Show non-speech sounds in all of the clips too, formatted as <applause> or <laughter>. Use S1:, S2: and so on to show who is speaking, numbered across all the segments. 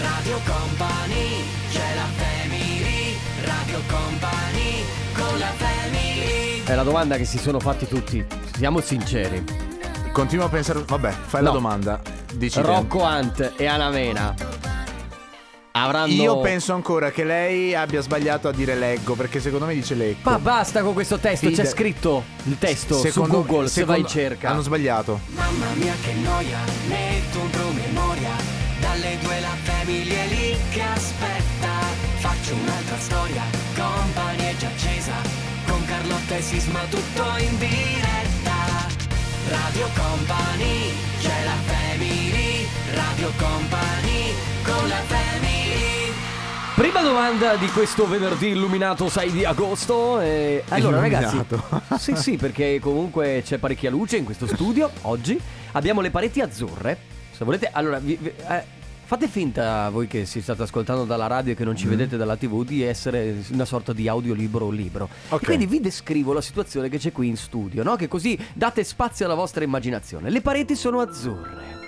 S1: Radio Company, c'è la family, Radio Company, con la family.
S2: È la domanda che si sono fatti tutti. Siamo sinceri.
S3: Continuo a pensare. Vabbè, fai la
S2: No.
S3: domanda. Dici te.
S2: Rocco Hunt e Anamena avranno.
S3: Io penso ancora che lei abbia sbagliato a dire leggo, perché secondo me dice leggo.
S2: Ma basta con questo testo. C'è
S3: Ide-
S2: scritto il testo
S3: Secondo-
S2: su Google. Se
S3: secondo-
S2: vai in cerca.
S3: Hanno sbagliato.
S1: Mamma mia che noia, metto un promemoria, dalle due la family è lì che aspetta. Faccio un'altra storia, Company è già accesa, con Carlotta e Sisma tutto in diretta. Radio Company, c'è la family, Radio Company, con la family.
S2: Prima domanda di questo venerdì illuminato 6 di agosto. eh, Allora,
S3: Illuminato.
S2: ragazzi. Sì, sì, perché comunque c'è parecchia luce in questo
S3: <laughs>
S2: studio oggi. Abbiamo le pareti azzurre. Se volete, allora vi- vi- eh, fate finta voi che si state ascoltando dalla radio e che
S3: Mm.
S2: non ci vedete dalla TV di essere una sorta di audiolibro o libro.
S3: Ok.
S2: E quindi vi descrivo la situazione che c'è qui in studio, no? Che così date spazio alla vostra immaginazione. Le pareti sono azzurre.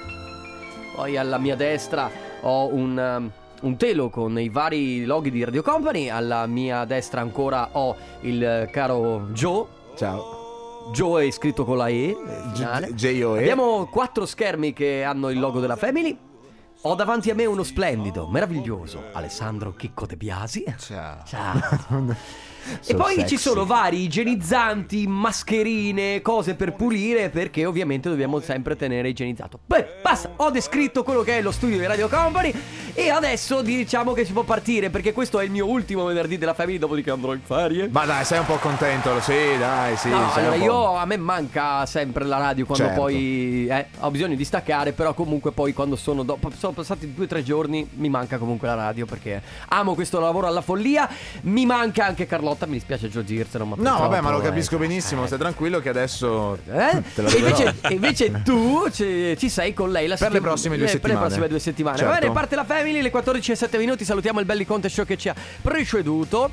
S2: Poi alla mia destra ho un, um, un telo con i vari loghi di Radio Company. Alla mia destra ancora ho il eh, caro Joe.
S3: Ciao.
S2: Joe è scritto con la E. eh, finale.
S3: J- J-O-E.
S2: Abbiamo quattro schermi che hanno il logo della Family. Ho davanti a me uno splendido, meraviglioso Alessandro Chicco De Biasi.
S3: Ciao. <laughs>
S2: Ciao. Certo. E
S3: So
S2: poi ci
S3: sexy.
S2: sono vari igienizzanti, mascherine, cose per pulire perché ovviamente dobbiamo sempre tenere igienizzato. Beh, basta, ho descritto quello che è lo studio di Radio Company e adesso diciamo che si può partire perché questo è il mio ultimo venerdì della famiglia dopodiché andrò in ferie.
S3: Ma dai, sei un po' contento. Sì, dai, sì.
S2: No,
S3: sei un
S2: allora
S3: po'-
S2: io a me manca sempre la radio quando
S3: Certo.
S2: poi eh, ho bisogno di staccare, però comunque poi quando sono dopo sono passati due o tre giorni mi manca comunque la radio perché amo questo lavoro alla follia, mi manca anche Carlotta, mi dispiace Gio Girsero, ma
S3: No, vabbè, ma lo
S2: purtroppo,
S3: capisco
S2: eh,
S3: benissimo.
S2: eh,
S3: Stai tranquillo che adesso.
S2: eh?
S3: <laughs> Te la
S2: E invece,
S3: dovrò.
S2: e
S3: <laughs>
S2: invece tu ci, ci sei con lei la
S3: Per le
S2: settim-
S3: prossime due
S2: le- Per
S3: settimane.
S2: le prossime due settimane.
S3: Certo.
S2: Va bene, parte la family, le 14 e 7 minuti. Salutiamo il Belli Conte Show che ci ha preceduto.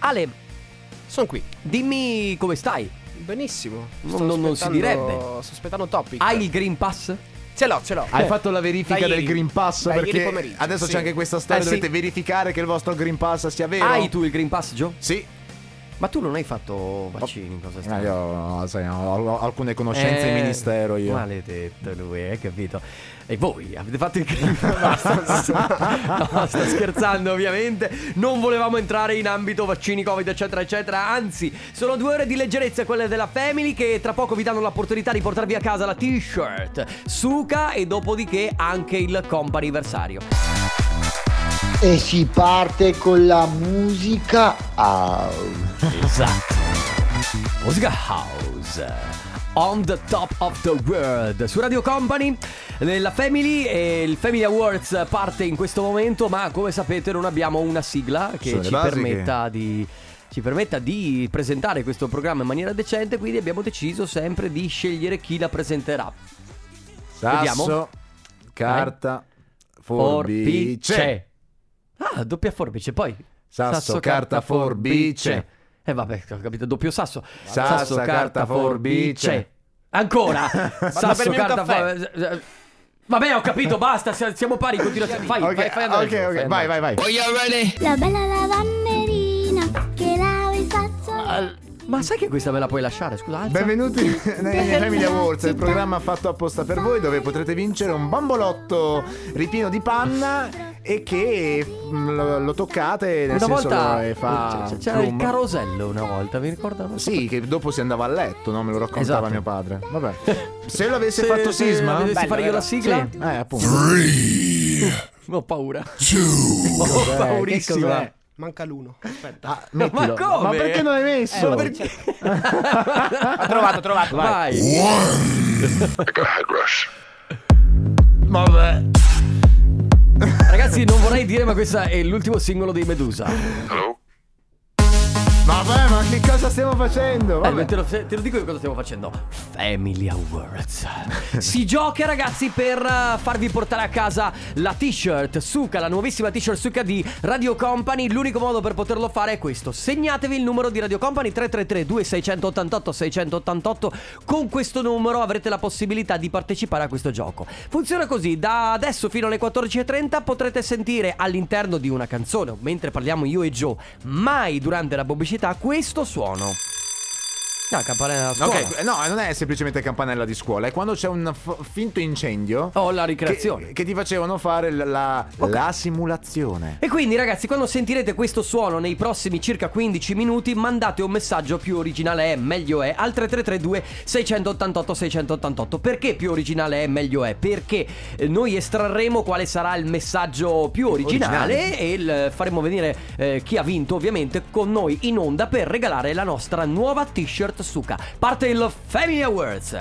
S2: Ale,
S4: Sono qui.
S2: dimmi come stai.
S4: Benissimo.
S2: Non-
S4: Sto
S2: non- non si
S4: aspettando-
S2: direbbe.
S4: Sto aspettando topic.
S2: Hai il Green Pass?
S4: Ce l'ho, ce l'ho.
S3: Hai fatto la verifica
S4: Da
S3: del
S4: ieri.
S3: Green Pass?
S4: Da ieri
S3: perché
S4: pomeriggio,
S3: adesso
S4: sì.
S3: c'è anche questa storia.
S2: Eh, sì.
S3: Dovete verificare che il vostro Green Pass sia vero.
S2: Hai tu il Green Pass, Gio?
S3: Sì.
S2: Ma tu non hai fatto vaccini, cosa
S3: Ah,
S2: stai?
S3: io sai, ho, ho alcune conoscenze in ministero io.
S2: Maledetto lui, hai capito? E voi avete fatto il
S3: <laughs>
S2: crimine? Basta, no, sto scherzando ovviamente. Non volevamo entrare in ambito vaccini, covid, eccetera, eccetera. Anzi, sono due ore di leggerezza quelle della Family che tra poco vi danno l'opportunità di portarvi a casa la t-shirt, suca e dopodiché anche il compa anniversario.
S5: E si parte con la musica house.
S2: Esatto. Musica House. On the top of the world su Radio Company, nella Family e il Family Awards parte in questo momento, ma come sapete non abbiamo una sigla
S3: Sono
S2: che
S3: le
S2: ci
S3: basiche.
S2: permetta di ci permetta di presentare questo programma in maniera decente, quindi abbiamo deciso sempre di scegliere chi la presenterà. Vediamo.
S3: Sasso, carta, forbice.
S2: Ah, doppia forbice, poi
S3: Sasso, carta, forbice.
S2: E Eh, vabbè, ho capito, doppio sasso.
S3: Sasso, carta, forbice. <laughs>
S2: Ancora. sasso,
S4: bermi un
S2: carta,
S4: caffè.
S2: forbice. Vabbè, ho capito, basta, si- siamo pari in
S3: <laughs>
S2: continuazione. Fai,
S3: Ok,
S2: fai, fai andare.
S3: ok,
S2: Gio,
S3: ok,
S2: fai
S3: vai,
S2: andare.
S3: vai, vai.
S6: La bella lavanderina che lava il sazzo.
S2: Al- Ma sai che questa me la puoi lasciare? Scusa, alza.
S3: Benvenuti
S2: <laughs>
S3: nei nei Family Awards, il programma fatto apposta per voi dove potrete vincere un bambolotto ripieno di panna e che mm, lo, lo toccate nel
S2: una
S3: senso
S2: volta
S3: lo- e fa
S2: c- c'era il
S3: plum.
S2: carosello una volta, mi ricordo? Non so
S3: Sì, che dopo si andava a letto, no? Me lo raccontava
S2: Esatto.
S3: mio padre.
S2: <laughs>
S3: Vabbè. Se lo avesse
S2: Se-
S3: fatto
S2: se
S3: sisma,
S2: avessi
S3: Beh,
S2: fare io la sigla?
S3: eh, appunto.
S2: Ho paura. <laughs> Ho paurissimo.
S3: cos'è?
S4: Manca l'uno. Aspetta.
S3: Ah, mettilo.
S2: Ma come?
S3: Ma Eh, perché non l'hai messo? Cioè,
S2: Ma perché?
S4: Ho trovato, ho trovato. Vai.
S2: Vai.
S3: Vabbè.
S2: Ragazzi, non vorrei dire, ma questo è l'ultimo singolo dei Medusa.
S3: Vabbè, ma che cosa cosa stiamo facendo?
S2: Eh,
S3: Vabbè.
S2: beh, te, lo, te lo dico io cosa stiamo facendo. Family Awards. si gioca, ragazzi, per eh, farvi portare a casa la t-shirt Suka, la nuovissima t-shirt Suka di Radio Company. L'unico modo per poterlo fare è questo. Segnatevi il numero di Radio Company 333 2688 688. Con questo numero avrete la possibilità di partecipare a questo gioco. Funziona così, da adesso fino alle 14:30 potrete sentire all'interno di una canzone, o mentre parliamo io e Joe, mai durante la pubblicità questo suono. No, campanella della scuola.
S3: Ok, no, non è semplicemente campanella di scuola, è quando c'è un f- finto incendio.
S2: Oh, la ricreazione.
S3: eh, Che, che ti facevano fare la, la- la simulazione.
S2: E quindi ragazzi, quando sentirete questo suono nei prossimi circa 15 minuti, mandate un messaggio più originale è, meglio è, al 3332 688 688. Perché più originale è, meglio è? Perché eh, noi estrarremo quale sarà il messaggio più originale, e il- faremo venire eh, chi ha vinto ovviamente con noi in onda per regalare la nostra nuova t-shirt Suka. Parte il Family Awards.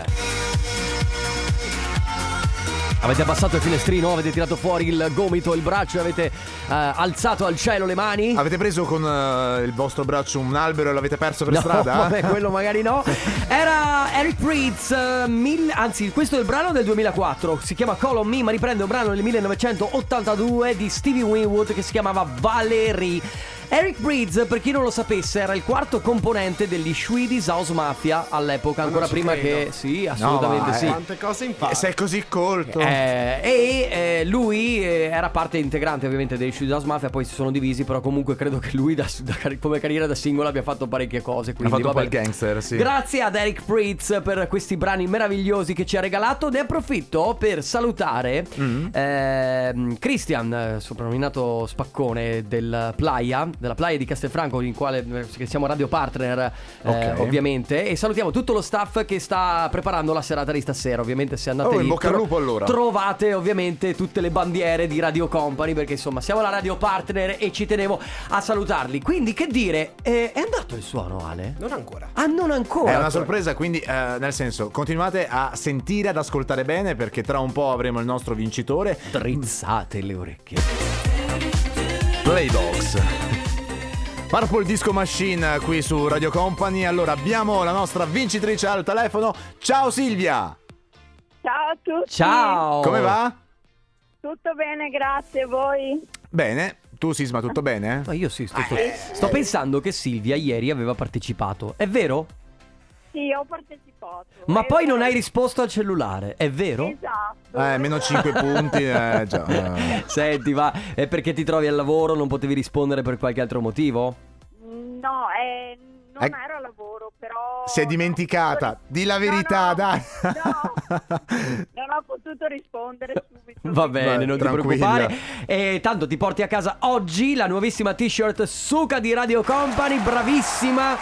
S2: Avete abbassato il finestrino, avete tirato fuori il gomito, il braccio, avete eh, alzato al cielo le mani?
S3: Avete preso con eh, il vostro braccio un albero e l'avete perso per
S2: No,
S3: <laughs> strada?
S2: vabbè, quello magari
S3: <laughs>
S2: no. Era Eric Pritz, eh, mil- anzi, questo è il brano del 2004. Si chiama Call on Me, ma riprende un brano del 1982 di Stevie Winwood che si chiamava Valerie. Eric Breeds, per chi non lo sapesse, era il quarto componente degli Swedish House Mafia all'epoca, ancora
S4: ci
S2: prima
S4: credo.
S2: che. Sì, assolutamente
S3: ma,
S2: sì.
S3: eh,
S4: Quante cose impari.
S3: Eh, Sei così colto.
S2: Eh, e eh, lui eh, era parte integrante ovviamente dei Shoot House Mafia, poi si sono divisi, però comunque credo che lui da- da car- come carriera da singolo abbia fatto parecchie cose. Quindi,
S3: fatto un po'
S2: vabbè.
S3: il gangster, sì.
S2: Grazie ad Eric Pritz per questi brani meravigliosi che ci ha regalato. Ne approfitto per salutare
S3: Mm.
S2: ehm, Christian, eh, soprannominato Spaccone del Playa, della Playa di Castelfranco, in quale che siamo radio partner eh,
S3: Ok.
S2: ovviamente. E salutiamo tutto lo staff che sta preparando la serata di stasera. Ovviamente se andate
S3: Oh, in
S2: lì,
S3: bocca al lupo, allora.
S2: Trovate ovviamente tutte le bandiere di Radio Company perché insomma siamo la radio partner e ci tenevo a salutarli. Quindi che dire, eh, è andato il suono Ale?
S4: Non ancora.
S2: Ah, non ancora.
S3: È una sorpresa, quindi eh, nel senso, continuate a sentire, ad ascoltare bene perché tra un po' avremo il nostro vincitore.
S2: Drizzate le orecchie.
S3: Playdogs. Purple Disco Machine qui su Radio Company. Allora abbiamo la nostra vincitrice al telefono. Ciao Silvia!
S7: Ciao a tutti.
S2: Ciao.
S3: Come va?
S7: Tutto bene, grazie. Voi?
S3: Bene. Tu Sisma, tutto bene?
S2: Ma io sì, sto, sto- sto pensando che Silvia ieri aveva partecipato. È vero?
S7: Sì, ho partecipato.
S2: Ma
S7: Eh,
S2: poi non
S7: sì.
S2: hai risposto al cellulare. È vero?
S7: Esatto.
S3: Eh, meno 5 punti, eh già.
S2: <laughs> Senti, ma è perché ti trovi al lavoro, non potevi rispondere per qualche altro motivo?
S7: <laughs> No, eh, non
S3: Eh,
S7: ero a lavoro, però...
S3: Si è dimenticata. Di la verità,
S7: No, no,
S3: dai.
S7: no. Non ho potuto rispondere subito.
S2: <laughs> Va bene,
S3: Vai,
S2: non ti
S3: tranquilla.
S2: preoccupare. E tanto ti porti a casa oggi la nuovissima t-shirt Suka di Radio Company, bravissima.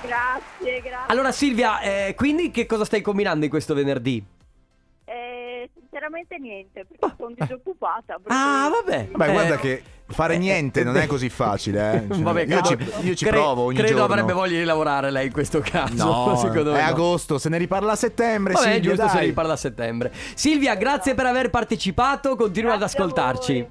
S7: Grazie, grazie.
S2: Allora Silvia, eh, quindi che cosa stai combinando in questo venerdì?
S7: Eh, sinceramente niente, perché sono disoccupata. per
S2: Ah,
S7: cui-
S2: vabbè.
S3: <laughs> Beh,
S2: Eh,
S3: guarda che fare
S2: eh,
S3: niente
S2: eh,
S3: non è
S2: eh,
S3: così facile, eh.
S2: <laughs>
S3: Cioè,
S2: Vabbè,
S3: io, ci,
S2: cavolo.
S3: io ci
S2: Cre-
S3: provo ogni
S2: credo
S3: giorno.
S2: avrebbe voglia di lavorare lei in questo caso, <laughs>
S3: No,
S2: secondo me.
S3: è
S2: no.
S3: agosto, se ne riparla a settembre,
S2: Vabbè, è
S3: Silvia,
S2: giusto se
S3: dai.
S2: ne riparla a settembre. Silvia, grazie per aver partecipato, continua ad
S7: Grazie a
S2: ascoltarci.
S7: voi.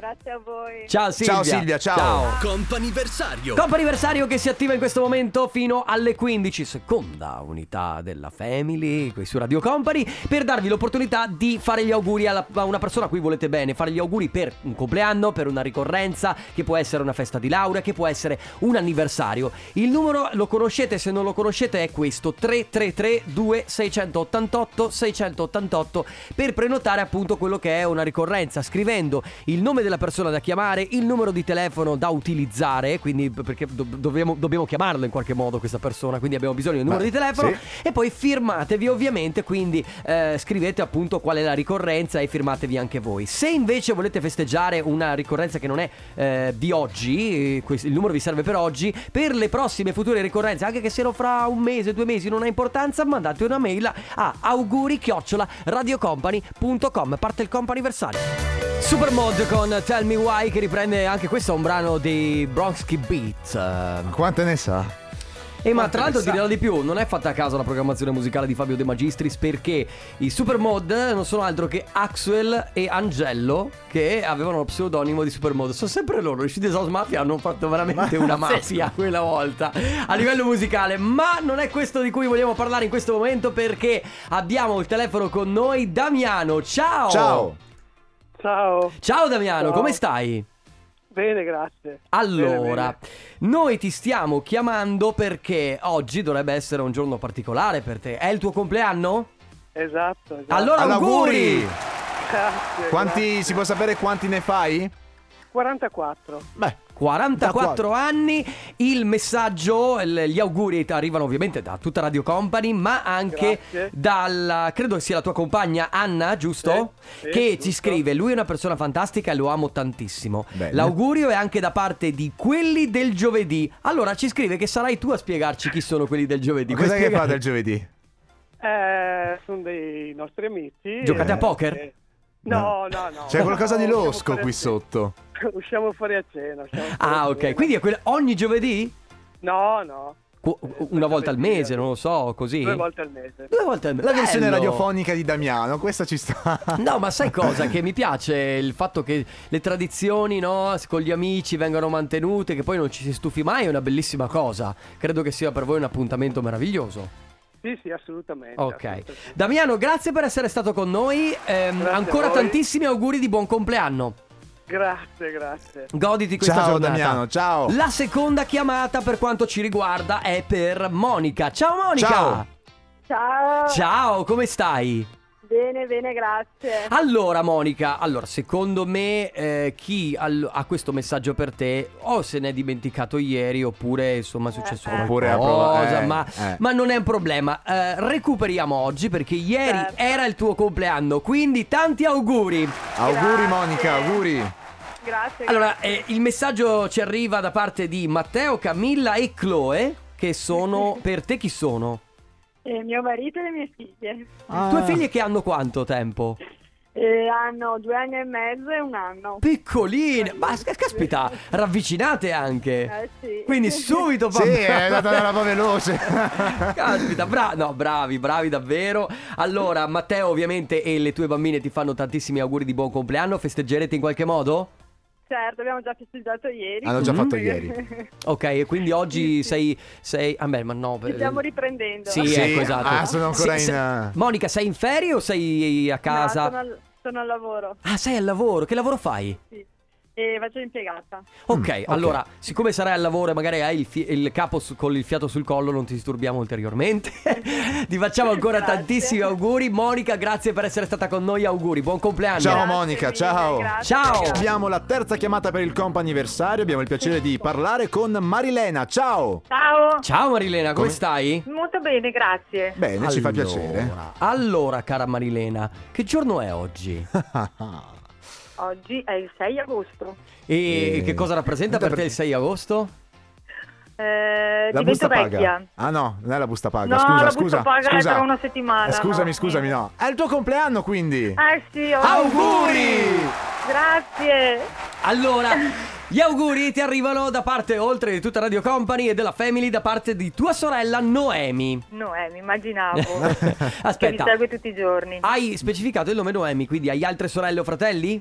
S7: Grazie a voi.
S2: Ciao Silvia.
S3: Ciao, Silvia, ciao.
S2: Comp'anniversario. Comp'anniversario che si attiva in questo momento fino alle 15, seconda unità della Family, qui su Radio Company, per darvi l'opportunità di fare gli auguri alla- a una persona a cui volete bene, fare gli auguri per un compleanno, per una ricorrenza, che può essere una festa di laurea, che può essere un anniversario. Il numero lo conoscete, se non lo conoscete è questo 333 2688 688 per prenotare appunto quello che è una ricorrenza scrivendo il nome della persona da chiamare, il numero di telefono da utilizzare, quindi p- perché do- dobbiamo, dobbiamo chiamarlo in qualche modo questa persona, quindi abbiamo bisogno del numero
S3: Beh,
S2: di telefono
S3: sì.
S2: e poi firmatevi ovviamente, quindi eh, scrivete appunto qual è la ricorrenza e firmatevi anche voi. Se invece volete festeggiare una ricorrenza che non è eh, di oggi, eh, questo- il numero vi serve per oggi, per le prossime future ricorrenze, anche che siano fra un mese, due mesi, non ha importanza, mandate una mail a auguri-radiocompany.com. Parte il comp'anniversario. Supermod con Tell Me Why che riprende anche questo è un brano dei Bronski Beat. eh,
S3: Quante ne sa?
S2: E Eh, ma tra l'altro ti
S4: Interessante.
S2: dirò di più, non è fatta a caso la programmazione musicale di Fabio De Magistris perché i Supermod non sono altro che Axwell e Angello che avevano lo pseudonimo di Supermod. Sono sempre loro, i Shidesaus Mafia hanno fatto veramente una mafia quella volta a livello musicale, ma non è questo di cui vogliamo parlare in questo momento perché abbiamo il telefono con noi Damiano. Ciao!
S3: Ciao.
S8: Ciao,
S2: Ciao Damiano,
S8: Ciao.
S2: come stai?
S8: bene, grazie.
S2: Allora,
S8: Bene,
S2: noi ti stiamo chiamando perché oggi dovrebbe essere un giorno particolare per te. È il tuo compleanno?
S8: bene. Esatto, esatto.
S2: Allora auguri!
S3: Auguri!
S8: Grazie, grazie.
S3: Quanti si può sapere quanti ne fai?
S8: 44.
S3: Beh,
S2: 44 anni, il messaggio, il- gli auguri ti arrivano ovviamente da tutta Radio Company, ma anche
S8: Grazie.
S2: dalla, credo sia la tua compagna Anna, giusto?
S8: Sì, sì,
S2: che ci
S8: giusto.
S2: scrive, lui è una persona fantastica e lo amo tantissimo.
S3: Bene.
S2: L'augurio è anche da parte di quelli del giovedì. Allora ci scrive che sarai tu a spiegarci chi sono quelli del giovedì.
S3: cosa
S2: Vuoi
S3: che
S2: spiegare?
S3: fate il giovedì?
S8: Eh, sono dei nostri amici.
S2: Giocate
S8: Eh,
S2: a poker?
S8: eh, No, no, no.
S3: C'è qualcosa di
S8: No, usciamo
S3: losco
S8: fuori a
S3: qui
S8: cena.
S3: sotto.
S8: Usciamo fuori a cena. usciamo fuori a
S2: Ah ok,
S8: cena.
S2: quindi è quella ogni giovedì?
S8: No, no.
S2: Qu-
S8: Eh,
S2: Una volta al
S8: giovedì,
S2: mese, non lo so, così?
S8: Due volte al mese.
S2: Due volte al mese.
S3: La versione
S2: Bello!
S3: radiofonica di Damiano, questa ci sta.
S2: No, ma sai
S3: <laughs>
S2: cosa? Che mi piace il fatto che le tradizioni, no, con gli amici vengano mantenute, che poi non ci si stufi mai, è una bellissima cosa. Credo che sia per voi un appuntamento meraviglioso.
S8: Sì, sì, assolutamente.
S2: Ok.
S8: assolutamente.
S2: Damiano, grazie per essere stato con noi. Ehm,
S8: Grazie a
S2: ancora
S8: voi.
S2: tantissimi auguri di buon compleanno.
S8: Grazie, grazie.
S2: Goditi questa
S3: Ciao
S2: giornata.
S3: Damiano, ciao.
S2: La seconda chiamata per quanto ci riguarda è per Monica. Ciao Monica.
S3: Ciao.
S7: Ciao.
S2: Ciao, come stai?
S7: Bene, bene, grazie.
S3: Ah,
S2: Allora Monica, allora secondo me eh, chi al- ha questo messaggio per te o se n'è dimenticato ieri oppure insomma è successo
S7: Eh, eh.
S3: Oppure ha
S2: qualcosa,
S3: provato- eh,
S2: ma,
S3: eh.
S2: ma non è un problema. Eh, recuperiamo oggi perché ieri
S7: Certo.
S2: era il tuo compleanno, quindi tanti auguri.
S3: Auguri
S7: Grazie.
S3: Monica, auguri.
S7: Grazie.
S2: Allora eh, il messaggio ci arriva da parte di Matteo, Camilla e Chloe
S7: <laughs>
S2: che sono per te chi sono?
S7: Eh, mio marito e le mie figlie
S3: Ah.
S2: Tue figlie che hanno quanto tempo?
S7: Eh, hanno due anni e mezzo e un anno.
S2: Piccoline, ma c- caspita, ravvicinate anche.
S7: Eh, sì.
S2: Quindi subito
S3: Sì,
S2: papà.
S3: è andata una
S2: <laughs>
S3: roba veloce.
S2: Caspita, bra- no, bravi, bravi davvero. Allora, Matteo, ovviamente, e le tue bambine ti fanno tantissimi auguri di buon compleanno. Festeggerete in qualche modo?
S7: Certo, abbiamo già festeggiato ieri.
S3: Hanno già
S7: Mm.
S3: fatto ieri.
S2: Ok, e quindi
S7: Sì, sì.
S2: oggi sei. sei... Ah, beh, ma no.
S7: <laughs> Ci
S2: per-
S7: stiamo riprendendo.
S2: Sì,
S3: Sì,
S2: ecco, esatto.
S3: ah, sono ancora
S2: Sì,
S3: in,
S2: se-
S3: eh.
S2: Monica, sei in ferie o sei a casa?
S7: No, sono, al, sono al lavoro,
S2: Ah, sei al lavoro. Che lavoro fai?
S7: sì. E faccio l'impiegata.
S2: Mm, Ok, allora, siccome sarai al lavoro e magari hai il, fi- il capo su- con il fiato sul collo, non ti disturbiamo ulteriormente. <laughs> ti facciamo ancora
S7: Grazie.
S2: tantissimi auguri. Monica, grazie per essere stata con noi. Auguri, buon compleanno.
S3: Ciao,
S7: Grazie
S3: Monica,
S7: mille,
S3: ciao.
S7: grazie,
S2: Ciao.
S7: grazie.
S3: Abbiamo la terza chiamata per il comp anniversario. Abbiamo il piacere di parlare con Marilena. Ciao.
S9: Ciao,
S2: Ciao Marilena, come, stai?
S9: molto bene, grazie.
S3: Bene, ci fa
S2: Allora,
S3: piacere.
S2: Allora, cara Marilena, che giorno è oggi?
S3: <laughs>
S9: Oggi è il 6 agosto.
S2: E
S3: Eh,
S2: che cosa rappresenta per te il 6 agosto?
S9: Eh,
S3: La busta
S9: divento
S3: paga.
S9: vecchia.
S3: Ah no, non è la busta paga.
S9: No,
S3: scusa,
S9: la busta
S3: scusa.
S9: paga è
S3: scusa.
S9: tra una settimana,
S3: Eh, scusami,
S9: no,
S3: scusami,
S9: sì.
S3: no. È il tuo compleanno quindi.
S9: Eh sì, oggi- Grazie!
S2: Allora, gli auguri ti arrivano da parte, oltre di tutta Radio Company e della Family, da parte di tua sorella Noemi.
S9: No, eh, mi immaginavo che mi
S2: <laughs> Aspetta, Ah.
S9: segue tutti i giorni.
S2: hai specificato il nome Noemi, quindi hai altre sorelle o fratelli?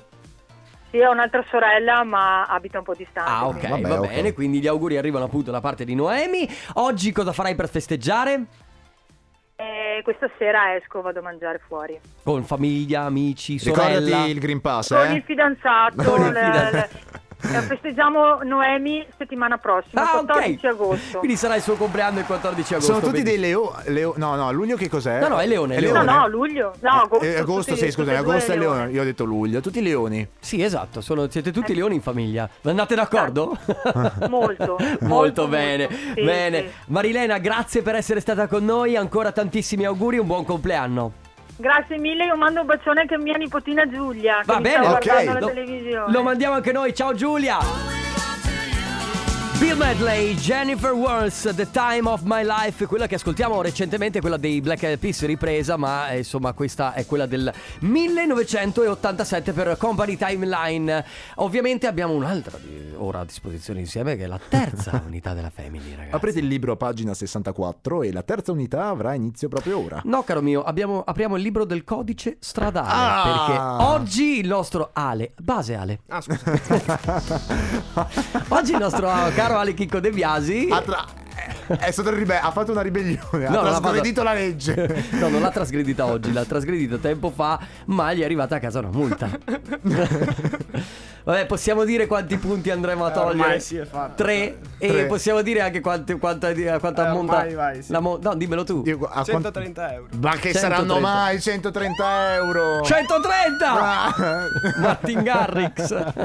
S9: Sì, ho un'altra sorella, ma abita un po' distante.
S2: Ah,
S9: quindi-
S2: ok,
S3: Vabbè,
S2: va
S3: ok.
S2: bene, quindi gli auguri arrivano appunto da parte di Noemi. Oggi cosa farai per festeggiare?
S9: Eh, questa sera esco, vado a mangiare fuori.
S2: Con famiglia, amici, sorella?
S3: Ricordati il Green Pass,
S9: Con
S3: eh?
S9: il fidanzato.
S2: Con il
S9: le-
S2: fidanzato.
S9: le- eh, festeggiamo Noemi settimana prossima,
S2: Ah, ok.
S9: 14 agosto.
S2: Quindi sarà il suo compleanno il 14 agosto.
S3: Sono tutti
S2: quindi-
S3: dei Leo, Leo- No, no, luglio che cos'è?
S2: No, no, è leone, è
S9: No,
S2: leone.
S9: no, luglio. No, agosto.
S3: Eh, agosto,
S9: tutti-
S3: sì, scusami,
S9: tutti e due
S3: agosto è
S9: leoni.
S3: leone. Io ho detto luglio, tutti leoni.
S2: Sì, esatto, sono- siete tutti leoni in famiglia. Andate d'accordo? <laughs>
S9: Eh. Molto,
S2: molto,
S9: molto,
S2: bene.
S9: molto. Sì,
S2: bene.
S9: sì.
S2: Marilena, grazie per essere stata con noi. Ancora tantissimi auguri, un buon compleanno.
S9: Grazie mille, io mando un bacione anche a mia nipotina Giulia. Che
S2: Va
S9: mi
S2: bene,
S9: sta
S3: ok.
S9: guardando la
S2: Lo,
S9: televisione.
S2: lo mandiamo anche noi. Ciao Giulia. Bill Medley, Jennifer Worth, The Time of My Life, quella che ascoltiamo recentemente è quella dei Black Eyed Peas ripresa, ma eh, insomma questa è quella del 1987 per Company Timeline. Ovviamente abbiamo un'altra di- ora a disposizione insieme che è la
S3: <laughs>
S2: terza unità della Family, ragazzi.
S3: Aprite il libro a pagina 64 e la terza unità avrà inizio proprio ora.
S2: No, caro mio, abbiamo- apriamo il libro del codice stradale.
S3: Ah!
S2: Perché oggi il nostro Ale, base Ale,
S4: Ah, scusa.
S2: <laughs> oggi il nostro caro Ale Chicco De Biasi.
S3: Ha, tra- eh, è stato il ribe- ha fatto una
S2: No,
S3: ribellione, ha
S2: non l'ha
S3: trasgredito
S2: fatto-
S3: la legge.
S2: No, non l'ha trasgredita oggi, l'ha trasgredita tempo fa, ma gli è arrivata a casa una multa. Vabbè, possiamo dire quanti punti andremo a
S4: Eh,
S2: togliere?
S4: ormai sì, è fatto.
S2: Tre. E
S3: Tre.
S2: possiamo dire anche quanti, quanta, quanta
S4: Eh,
S2: monta.
S4: ormai vai, sì.
S2: la mo- no, dimmelo tu.
S3: Io- a quant-
S4: 130 euro.
S3: Ma che
S2: 130.
S3: saranno mai 130 euro?
S2: 130!
S3: Ah.
S2: Cioè, <laughs> Martin Garrix.
S3: <laughs>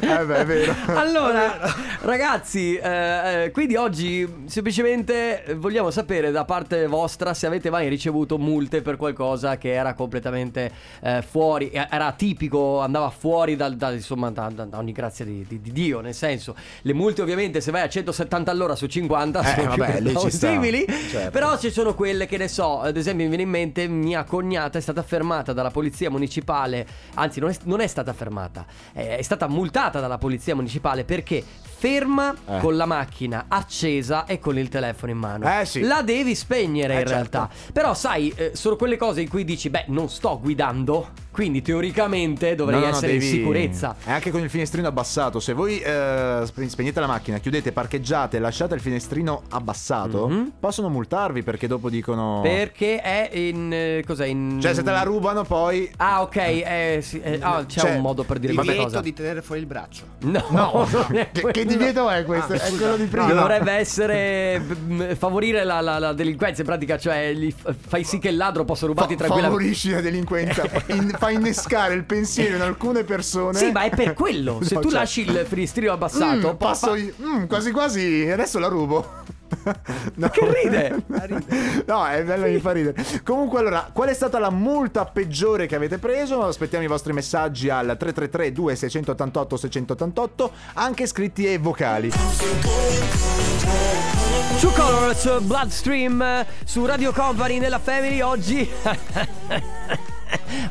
S3: Eh beh, è vero.
S2: <laughs> Allora, <laughs> ragazzi, eh, eh, quindi oggi semplicemente vogliamo sapere da parte vostra se avete mai ricevuto multe per qualcosa che era completamente eh, fuori, eh, era atipico, andava fuori dal, dal- insomma, da, da- da ogni grazia di, di- di Dio, nel senso, le multe ovviamente se vai a 170 all'ora su 50
S3: Eh,
S2: sono
S3: vabbè,
S2: più
S3: lì ci sta.
S2: plausibili,
S3: Certo.
S2: però ci sono quelle che ne so, ad esempio mi viene in mente mia cognata è stata fermata dalla polizia municipale, anzi non è, non è stata fermata, Eh, è, è stata multata dalla polizia municipale perché ferma
S3: Eh.
S2: con la macchina accesa e con il telefono in mano.
S3: Eh, sì.
S2: La devi spegnere
S3: Eh,
S2: in realtà. Però sai, eh, sono quelle cose in cui dici, beh, non sto guidando, quindi teoricamente dovrei
S3: No, no, no,
S2: essere in
S3: devi-
S2: sicurezza.
S3: E anche con il finestrino abbassato. Se voi eh, spe- spegnete la macchina, chiudete, parcheggiate e lasciate il finestrino abbassato,
S2: Mhm.
S3: possono multarvi perché dopo dicono.
S2: Perché è in... eh, cos'è? In...
S3: Cioè, se te la rubano, poi.
S2: Ah, ok, eh, sì, eh, ah, c'è
S3: Cioè,
S2: un modo per dire
S4: Il
S2: questa
S4: Divieto
S2: cosa.
S4: di tenere fuori il braccio.
S2: No, <laughs> non è
S3: Che,
S2: quello.
S3: che divieto è questo?
S4: Ah,
S3: è
S4: scusa.
S3: quello di prima.
S2: Dovrebbe essere mm, favorire la, la- la delinquenza, in pratica, cioè gli f- fai sì che il ladro possa
S3: Fa-
S2: rubarti tranquillamente.
S3: favorisci la delinquenza,
S2: <laughs>
S3: fa, in- fa innescare il pensiero in alcune persone.
S2: Sì, ma è per quello. Se
S3: Eh? <laughs> No,
S2: tu
S3: cioè-
S2: lasci il finestrino
S3: Mm,
S2: abbassato,
S3: passo
S2: fa-
S3: io- mm, quasi quasi, adesso la rubo. <laughs> No.
S2: Che
S3: <laughs>
S2: ride?
S3: no, è bello mi fa ridere. Comunque, allora, qual è stata la multa peggiore che avete preso? Aspettiamo i vostri messaggi al 333 2688 688, anche scritti e vocali.
S2: Two Colors Bloodstream eh, su Radio Company nella Family oggi. <laughs>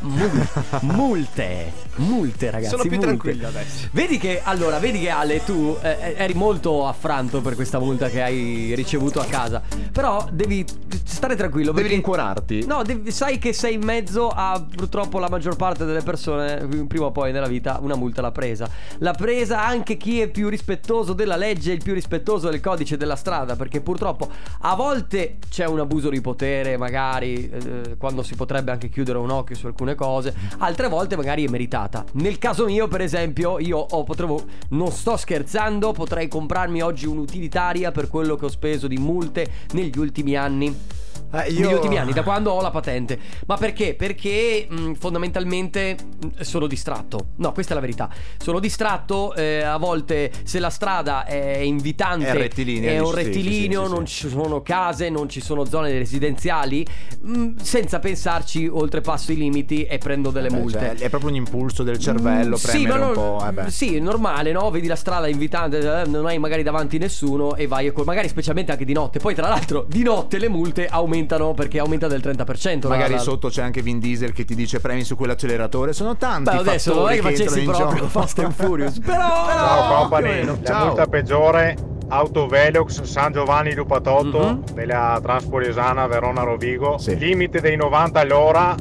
S2: Mul- multe, multe ragazzi.
S4: Sono più
S2: multe.
S4: tranquillo adesso.
S2: Vedi che allora, vedi che Ale, tu eh, eri molto affranto per questa multa che hai ricevuto a casa. Però devi stare tranquillo.
S3: Devi
S2: perché-
S3: rincuorarti.
S2: No, devi- sai che sei in mezzo a purtroppo la maggior parte delle persone, prima o poi nella vita, una multa l'ha presa. L'ha presa anche chi è più rispettoso della legge, il più rispettoso del codice della strada, perché purtroppo a volte c'è un abuso di potere, magari eh, quando si potrebbe anche chiudere un occhio su alcune cose, altre volte magari è meritata. Nel caso mio, per esempio, io ho, potrei, non sto scherzando, potrei comprarmi oggi un'utilitaria per quello che ho speso di multe negli ultimi anni
S3: Eh,
S2: negli ultimi anni, da quando ho la patente. Ma perché? Perché mh, fondamentalmente mh, sono distratto. No, questa è la verità. Sono distratto, eh, a volte se la strada è invitante,
S3: È rettilinea,
S2: è un
S3: dici, sì,
S2: rettilineo,
S3: sì, sì,
S2: non
S3: sì.
S2: ci sono case, non ci sono zone residenziali, mh, senza pensarci oltrepasso i limiti e prendo delle
S3: Beh,
S2: multe.
S3: cioè, è proprio un impulso del cervello,
S2: Mm,
S3: premere
S2: ma
S3: un
S2: no-
S3: po'. eh, beh.
S2: Sì, è normale, no? Vedi la strada invitante, eh, non hai magari davanti nessuno e vai, a col- magari specialmente anche di notte. Poi, tra l'altro, di notte le multe aumentano perché aumenta del 30%. la-
S3: Magari
S2: la-
S3: sotto c'è anche Vin Diesel che ti dice premi su quell'acceleratore. Sono tanti.
S2: Beh, adesso non
S3: fattori
S2: è che facessi
S3: entrano in
S2: proprio
S3: gioco.
S2: Fast and
S3: <laughs>
S2: Furious, però.
S10: Ciao
S2: più o
S10: company,
S2: meno.
S10: la
S3: Ciao.
S10: multa peggiore Autovelox San Giovanni Lupatotto
S2: Mhm.
S10: della Transpoliesana Verona Rovigo,
S3: Sì.
S10: limite dei 90 all'ora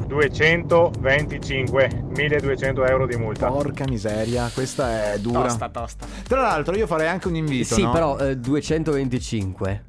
S10: 225, 1200 euro di multa.
S3: Porca miseria, questa è dura.
S4: Tosta, tosta.
S3: Tra l'altro, io farei anche un invito.
S2: Sì,
S3: no?
S2: però eh, 225.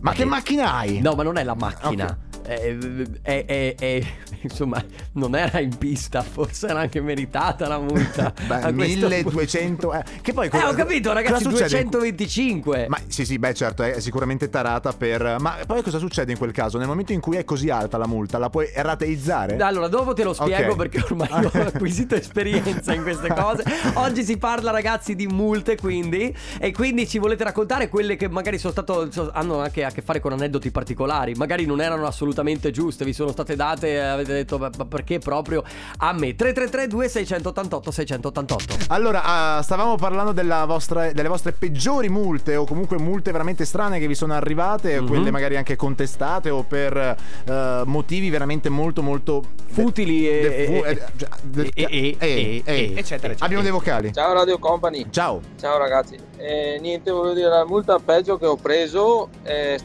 S3: Ma che macchina hai?
S2: No, ma non è la macchina. Eh, È- è- è- è- eh, insomma, non era in pista, forse era anche meritata la multa.
S3: <laughs> <laughs> Beh,
S2: A questo punto.
S3: 1200. eh, che poi.
S2: Eh, ho capito, ragazzi,
S3: cosa succede in-
S2: 225.
S3: Ma sì, sì, beh, certo, è sicuramente tarata per. Ma poi cosa succede in quel caso? Nel momento in cui è così alta la multa, la puoi rateizzare?
S2: Allora, dopo te lo spiego
S3: eh? Ok.
S2: perché ormai
S3: <laughs>
S2: ho acquisito esperienza in queste cose. Oggi si parla, ragazzi, di multe, quindi. E quindi ci volete raccontare quelle che magari sono stato, so- hanno anche a che fare con aneddoti particolari. Magari non erano giustamente giuste vi sono state date e avete detto "Ma- ma perché proprio a me 333 2688 688
S3: Allora, ah, stavamo parlando della vostra- delle vostre peggiori multe o comunque multe veramente strane che vi sono arrivate, o
S2: Mhm.
S3: quelle magari anche contestate o per eh, motivi veramente molto molto
S2: Futili e-
S3: de- fu-
S2: e-
S3: eh, già- de-
S2: e- e-
S3: eh,
S2: e-
S3: eh.
S2: eccetera, eccetera.
S3: Abbiamo dei vocali.
S11: Ciao Radio Company.
S3: Ciao.
S11: Ciao ragazzi, Eh, niente volevo dire la multa peggio che ho preso è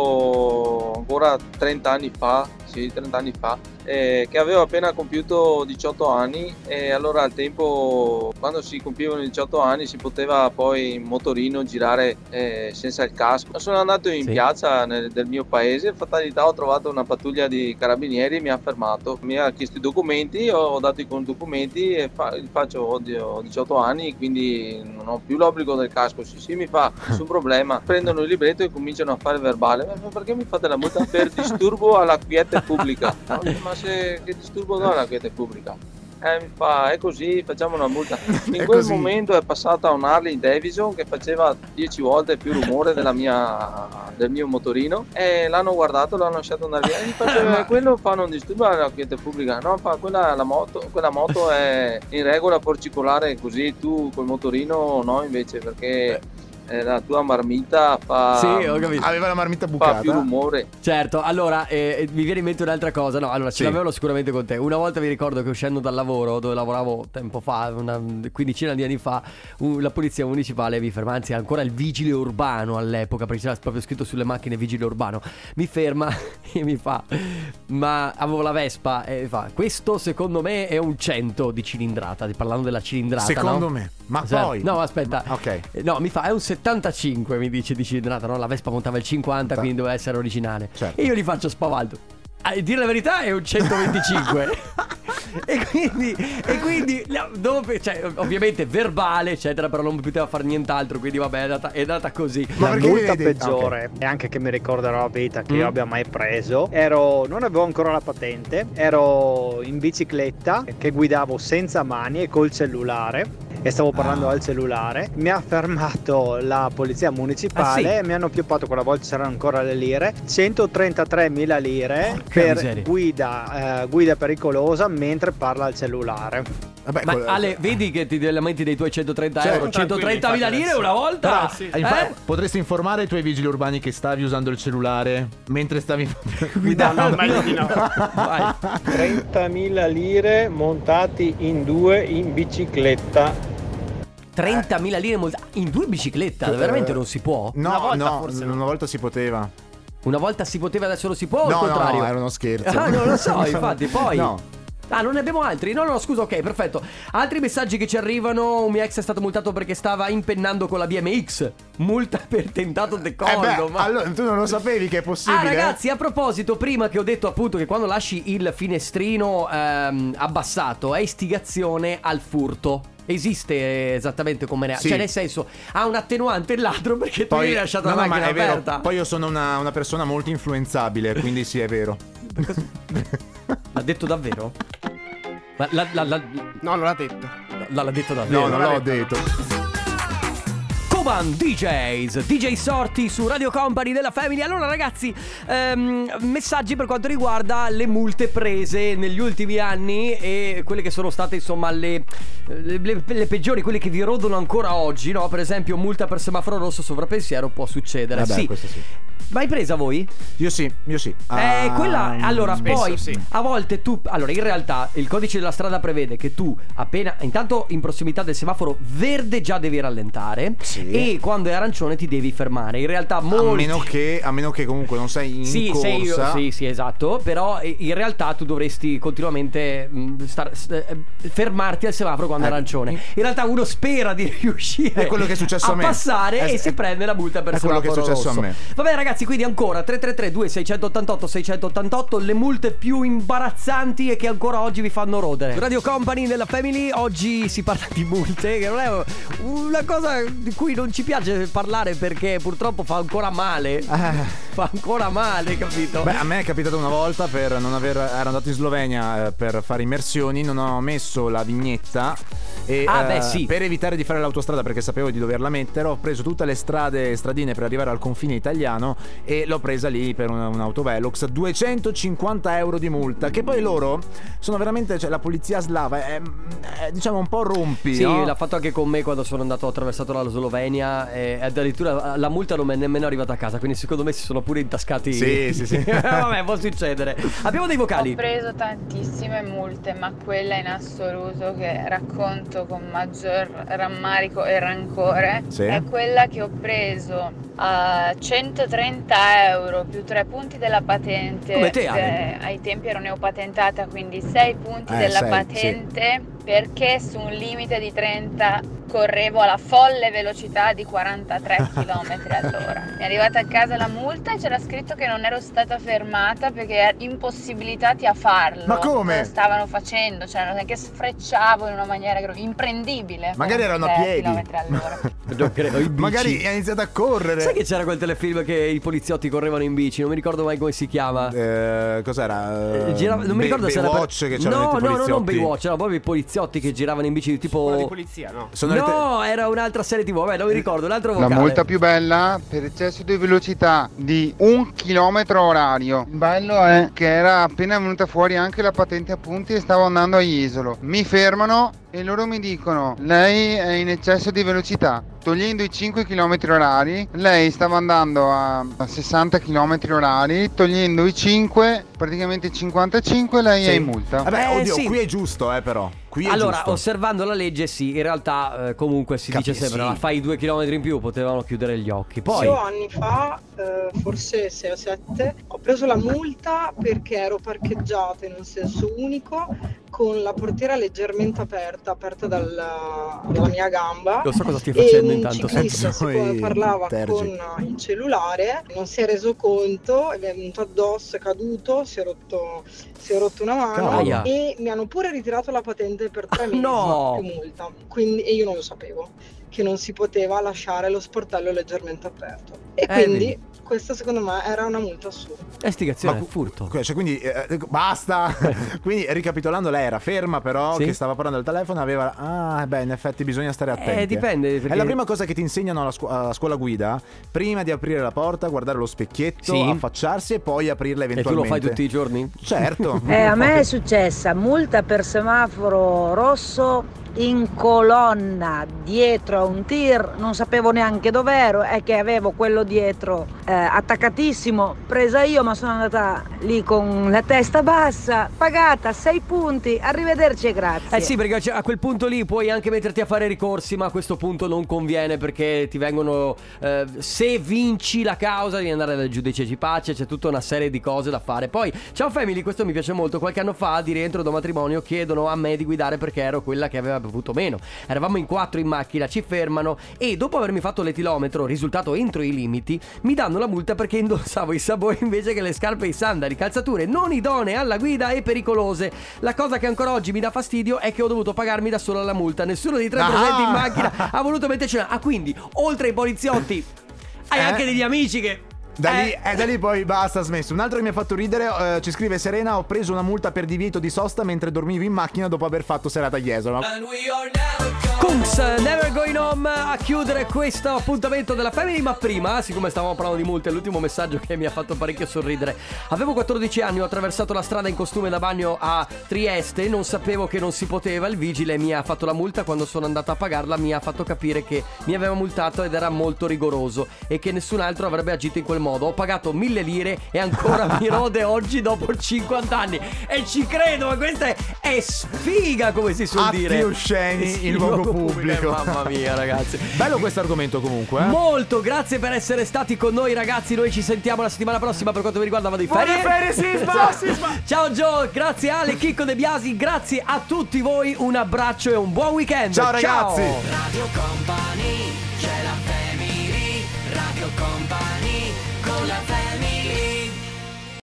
S11: stato ancora 30 anni fa, sì 30 anni fa, eh, che avevo appena compiuto 18 anni e allora al tempo quando si compievano i 18 anni si poteva poi in motorino girare eh, senza il casco. Sono andato in
S2: Sì.
S11: piazza nel, del mio paese, fatalità ho trovato una pattuglia di carabinieri, mi ha fermato, mi ha chiesto i documenti, ho dato i con- documenti e fa- faccio oddio, ho 18 anni quindi non ho più l'obbligo del casco, sì sì mi fa nessun problema, prendono il libretto e cominciano a fare verbale, "Ma- ma perché mi fate la multa per disturbo alla quiete pubblica? Ma- Ma se che disturbo no alla quiete pubblica? Eh, mi fa, è così, facciamo una
S3: <laughs>
S11: multa.
S3: È
S11: In quel
S3: così.
S11: momento è passata un Harley Davidson che faceva 10 volte più rumore della mia, del mio motorino e l'hanno guardato, l'hanno lasciato andare via. E gli
S3: <laughs>
S11: faccio, "Eh, quello fa non disturba la quiete pubblica, no, fa quella, la moto, quella moto è in regola per circolare così, tu col motorino no invece perché eh, la tua marmita fa,
S2: Sì, ho capito.
S3: Aveva la marmita
S11: fa più
S3: bucata.
S11: rumore.
S2: Certo, allora eh, eh, mi viene in mente un'altra cosa. No, allora ce
S3: Sì.
S2: l'avevano sicuramente con te. Una volta mi ricordo che uscendo dal lavoro, dove lavoravo tempo fa, una quindicina di anni fa, un- la polizia municipale mi ferma, anzi ancora il vigile urbano all'epoca, perché c'era proprio scritto sulle macchine vigile urbano. Mi ferma <laughs> e mi fa, ma avevo la Vespa e mi fa, questo secondo me è un 100 di cilindrata, di- parlando della cilindrata.
S3: Secondo
S2: no?
S3: me. Ma
S2: Certo.
S3: Ah, poi.
S2: No, aspetta.
S3: Ma- ok.
S2: Eh, No, mi fa, è un 75, mi dice di cilindrata, no? La Vespa montava il 50,
S3: Ta-
S2: quindi doveva essere originale.
S3: Certo.
S2: E io gli faccio spavaldo. A dire la verità è un 125.
S3: <laughs>
S2: e quindi, e quindi no, dopo- cioè, ovviamente verbale, eccetera, però non poteva fare nient'altro, quindi vabbè, è andata, è andata così.
S3: Ma
S12: la
S3: perché
S12: multa
S3: vedi-
S12: peggiore e anche che mi ricorderò la vita che
S2: Mm.
S12: io abbia mai preso ero non avevo ancora la patente ero in bicicletta che guidavo senza mani e col cellulare e stavo parlando al cellulare mi ha fermato la polizia municipale
S2: Ah, sì?
S12: e mi hanno pioppato quella volta c'erano ancora le lire 133.000 lire
S2: Porca miseria.
S12: per guida, eh, guida pericolosa mentre parla al cellulare
S3: Vabbè,
S2: Ma
S3: quel-
S2: Ale, vedi che ti lamenti dei tuoi 130
S3: Ecco, eh, Certo.
S2: euro? 130.000 lire una volta?
S3: Però,
S2: Eh?
S3: infa- potresti informare i tuoi vigili urbani che stavi usando il cellulare mentre stavi <laughs> guidando. <laughs>
S2: No, no, meglio di
S12: <laughs>
S2: no. Vai.
S13: 30.000 lire montati in due in bicicletta.
S2: 30.000 lire molta- in due biciclette, veramente
S3: eh,
S2: non si può?
S13: Cioè,
S3: No,
S13: eh, Una volta
S3: no,
S13: forse no.
S3: una volta si poteva.
S2: Una volta si poteva, adesso non si può o
S3: no,
S2: al
S3: no,
S2: contrario?
S3: no, era uno scherzo.
S2: Ah, non lo
S3: <laughs>
S2: so, infatti, poi.
S3: No.
S2: Ah, non ne abbiamo altri? No, no, scusa, ok, perfetto. Altri messaggi che ci arrivano. Un mio ex è stato multato perché stava impennando con la BMX. Multa per tentato
S3: Eh
S2: decollo.
S3: beh,
S2: ma-
S3: allora, tu non lo sapevi che è possibile?
S2: Ah ragazzi, a proposito, prima che ho detto appunto che quando lasci il finestrino ehm, abbassato è istigazione al furto. Esiste eh, esattamente come ne
S3: Sì.
S2: Cioè, nel senso, ha un attenuante il ladro perché tu gli hai lasciato
S3: no,
S2: la
S3: no,
S2: macchina
S3: ma è vero,
S2: aperta.
S3: Poi io sono una, una persona
S2: <laughs>
S3: molto influenzabile, quindi sì, è vero.
S2: L'ha detto davvero? Ma la- la- la-
S4: No, non l'ha detto.
S2: L- l'ha detto davvero.
S3: No, non l'ho detto.
S2: Coban DJs, DJ Sorti su Radio Company della Family. Allora ragazzi, ehm, messaggi per quanto riguarda le multe prese negli ultimi anni e quelle che sono state insomma le, le- le- le peggiori, quelle che vi rodono ancora oggi, no? Per esempio multa per semaforo rosso sovrappensiero può succedere.
S3: Vabbè,
S2: sì.
S3: questo sì.
S2: Ma hai presa voi?
S3: Io sì, io sì.
S2: Eh,
S3: Ah,
S2: quella. Allora,
S4: spesso
S2: poi
S4: sì.
S2: a volte tu. Allora, in realtà il codice della strada prevede che tu, appena. Intanto in prossimità del semaforo verde già devi rallentare.
S3: Sì.
S2: E quando è arancione ti devi fermare. In realtà molti.
S3: A meno, che, a meno che comunque non sei in
S2: Sì,
S3: corsa.
S2: sei io- sì, sì, esatto. Però eh, in realtà tu dovresti continuamente mh, star- s- eh, fermarti al semaforo quando è
S3: Eh,
S2: arancione. In realtà uno spera di <laughs> riuscire
S3: È quello che è successo
S2: a,
S3: a me.
S2: passare
S3: Eh,
S2: e si
S3: è-
S2: prende la multa per
S3: è quello che è
S2: semaforo
S3: successo
S2: rosso.
S3: a me.
S2: Vabbè ragazzi, quindi ancora 333 2688 688 le multe più imbarazzanti e che ancora oggi vi fanno rodere. Radio Company nella Family, oggi si parla di multe, che non è una cosa di cui non ci piace parlare perché purtroppo fa ancora male.
S3: Eh.
S2: Fa ancora male, capito?
S3: Beh, a me è capitato una volta per non aver. Ero andato in Slovenia eh, per fare immersioni, non ho messo la vignetta E,
S2: Ah,
S3: eh,
S2: beh, sì.
S3: Per evitare di fare l'autostrada perché sapevo di doverla mettere, ho preso tutte le strade stradine per arrivare al confine italiano e l'ho presa lì per un, un autovelox. 250 euro di multa. Che poi loro sono veramente. Cioè, la polizia slava è, è, diciamo un po' rompi.
S2: Sì,
S3: no?
S2: l'ha fatto anche con me quando sono andato, ho attraversato la Slovenia e addirittura la multa non mi è nemmeno arrivata a casa, quindi secondo me si sono pure intascati.
S3: Sì, sì, sì.
S2: <laughs> Vabbè, può succedere. Abbiamo dei vocali.
S14: Ho preso tantissime multe, ma quella in assoluto che racconto con maggior rammarico e rancore
S15: Sì.
S14: è quella che ho preso a 130 euro più 3 punti della patente.
S15: Come te, Ale.
S14: Eh, ai tempi ero neopatentata, quindi 6 punti
S15: Eh,
S14: della
S15: sei,
S14: patente perché su un limite di 30 correvo alla folle velocità di
S15: <laughs>
S14: 43 km all'ora. Mi è arrivata a casa la multa e c'era scritto che non ero stata fermata perché ero impossibilitati a farlo.
S3: Ma come?
S14: Lo stavano facendo, cioè non è che sfrecciavo in una maniera gro- imprendibile.
S3: Magari erano a
S14: 43
S3: piedi.
S14: chilometri all'ora.
S2: <laughs> Non credo, in bici.
S3: Magari ha iniziato a correre.
S2: Sai che c'era quel telefilm che i poliziotti correvano in bici? Non mi ricordo mai come si chiama.
S3: Eh, cos'era? Eh,
S2: Girava- non mi
S3: Bay-
S2: ricordo se era. per-
S3: Baywatch che c'erano
S2: no,
S3: detto i
S2: no, no, non
S3: poliziotti.
S2: Baywatch. Erano proprio i poliziotti che giravano in bici. Tipo.
S8: di polizia, no?
S3: Sono le
S2: no, era un'altra serie TV. Vabbè, non mi ricordo. Un altro
S16: La
S2: vocale.
S16: multa più bella per eccesso di velocità di un chilometro orario. Il bello è che era appena venuta fuori anche la patente a punti e stavo andando a Jesolo. Mi fermano e loro mi dicono: Lei è in eccesso di velocità. Togliendo i 5 km orari, lei stava andando a a 60 km orari, togliendo i 5, praticamente 55, lei
S3: Sì.
S16: è in multa.
S3: Vabbè,
S2: Eh,
S3: oddio,
S2: sì.
S3: qui è giusto, eh, però. Qui è
S2: Allora,
S3: giusto.
S2: osservando la legge, sì, in realtà eh, comunque si
S3: Capisci.
S2: dice sempre: "Ah, fai due chilometri in più, potevano chiudere gli occhi. Poi.
S17: Io anni fa, eh, forse 6 o 7, ho preso la multa perché ero parcheggiata in un senso unico con la portiera leggermente aperta, aperta dalla, dalla mia gamba.
S2: Non so cosa stai
S17: E
S2: facendo
S17: un
S2: intanto,
S17: ciclista,
S2: senti.
S17: siccome
S2: Noi
S17: parlava
S2: tergi.
S17: con il cellulare, non si è reso conto, è venuto addosso, è caduto, si è rotto, si è rotto una mano
S2: Cavolo. Ah,
S17: e mi hanno pure ritirato la patente per tre mesi
S2: no!
S17: più multa. Quindi, e io non lo sapevo che non si poteva lasciare lo sportello leggermente aperto. E
S2: Eh,
S17: quindi
S2: vedi.
S17: questa secondo me era una multa assurda.
S2: Eh, stigazione, furto.
S3: Que- Cioè, quindi eh, eh,
S2: <laughs>
S3: basta. quindi ricapitolando, lei era ferma, però
S2: Sì. Eh,
S3: che stava parlando al telefono. Aveva. Ah, beh, in effetti bisogna stare attenti. eh.
S2: dipende,
S3: È
S2: perché-
S3: la prima cosa che ti insegnano alla, scu- alla scuola guida: prima di aprire la porta, guardare lo specchietto,
S2: Sì.
S3: affacciarsi e poi aprirla
S2: E tu lo
S3: eventualmente.
S2: fai tutti i giorni? <laughs>
S3: Certo.
S18: Eh, a me è successa multa per semaforo rosso in colonna dietro a un tir, non sapevo neanche dov'ero, è che avevo quello dietro eh, attaccatissimo, presa io ma sono andata lì con la testa bassa, pagata 6 punti, arrivederci e grazie.
S2: Eh sì, perché cioè, a quel punto lì puoi anche metterti a fare ricorsi, ma a questo punto non conviene perché ti vengono. eh, se vinci la causa, devi andare dal giudice di pace, c'è tutta una serie di cose da fare. Poi, ciao family, questo mi piace molto. Qualche anno fa, di rientro da un matrimonio, chiedono a me di guidare perché ero quella che aveva bevuto meno. Eravamo in quattro in macchina, ci fermano e dopo avermi fatto l'etilometro, risultato entro i limiti, mi danno la multa perché indossavo i saboni invece che le scarpe e i sandali, calzature non idonee alla guida e pericolose. La cosa che ancora oggi mi dà fastidio è che ho dovuto pagarmi da sola la multa. Nessuno dei tre
S1: Ah!
S2: presenti in macchina ha voluto metterci una. Ah, quindi, oltre ai poliziotti, hai
S3: Eh?
S2: anche degli amici che.
S3: Da
S2: Eh,
S3: lì, eh, da lì poi basta, ha smesso. Un altro che mi ha fatto ridere, eh, ci scrive Serena, ho preso una multa per divieto di sosta mentre dormivo in macchina dopo aver fatto serata a Jesolo.
S2: Kungs, eh, Never Going Home a chiudere questo appuntamento della Family, ma prima, siccome stavamo parlando di multe, l'ultimo messaggio che mi ha fatto parecchio sorridere. Avevo 14 anni, ho attraversato la strada in costume da bagno a Trieste, non sapevo che non si poteva, il vigile mi ha fatto la multa, quando sono andata a pagarla mi ha fatto capire che mi aveva multato ed era molto rigoroso e che nessun altro avrebbe agito in quel modo. Ho pagato mille lire e ancora mi rode oggi dopo 50 anni. E ci credo, ma questa è, è sfiga come si suol
S3: Atti
S2: dire.
S3: osceni
S2: Sì,
S3: in luogo pubblico.
S2: Mamma mia, ragazzi.
S3: Bello questo argomento comunque. eh?
S2: Molto grazie per essere stati con noi, ragazzi. Noi ci sentiamo la settimana prossima per quanto mi riguarda vado in
S1: Buone
S2: ferie.
S1: ferie, Sisma!
S2: <laughs> Ciao, Ciao Gio, grazie Ale, Chicco De Biasi, grazie a tutti voi, un abbraccio e un buon weekend.
S1: Ciao,
S2: Ciao
S1: ragazzi!
S2: Radio Company.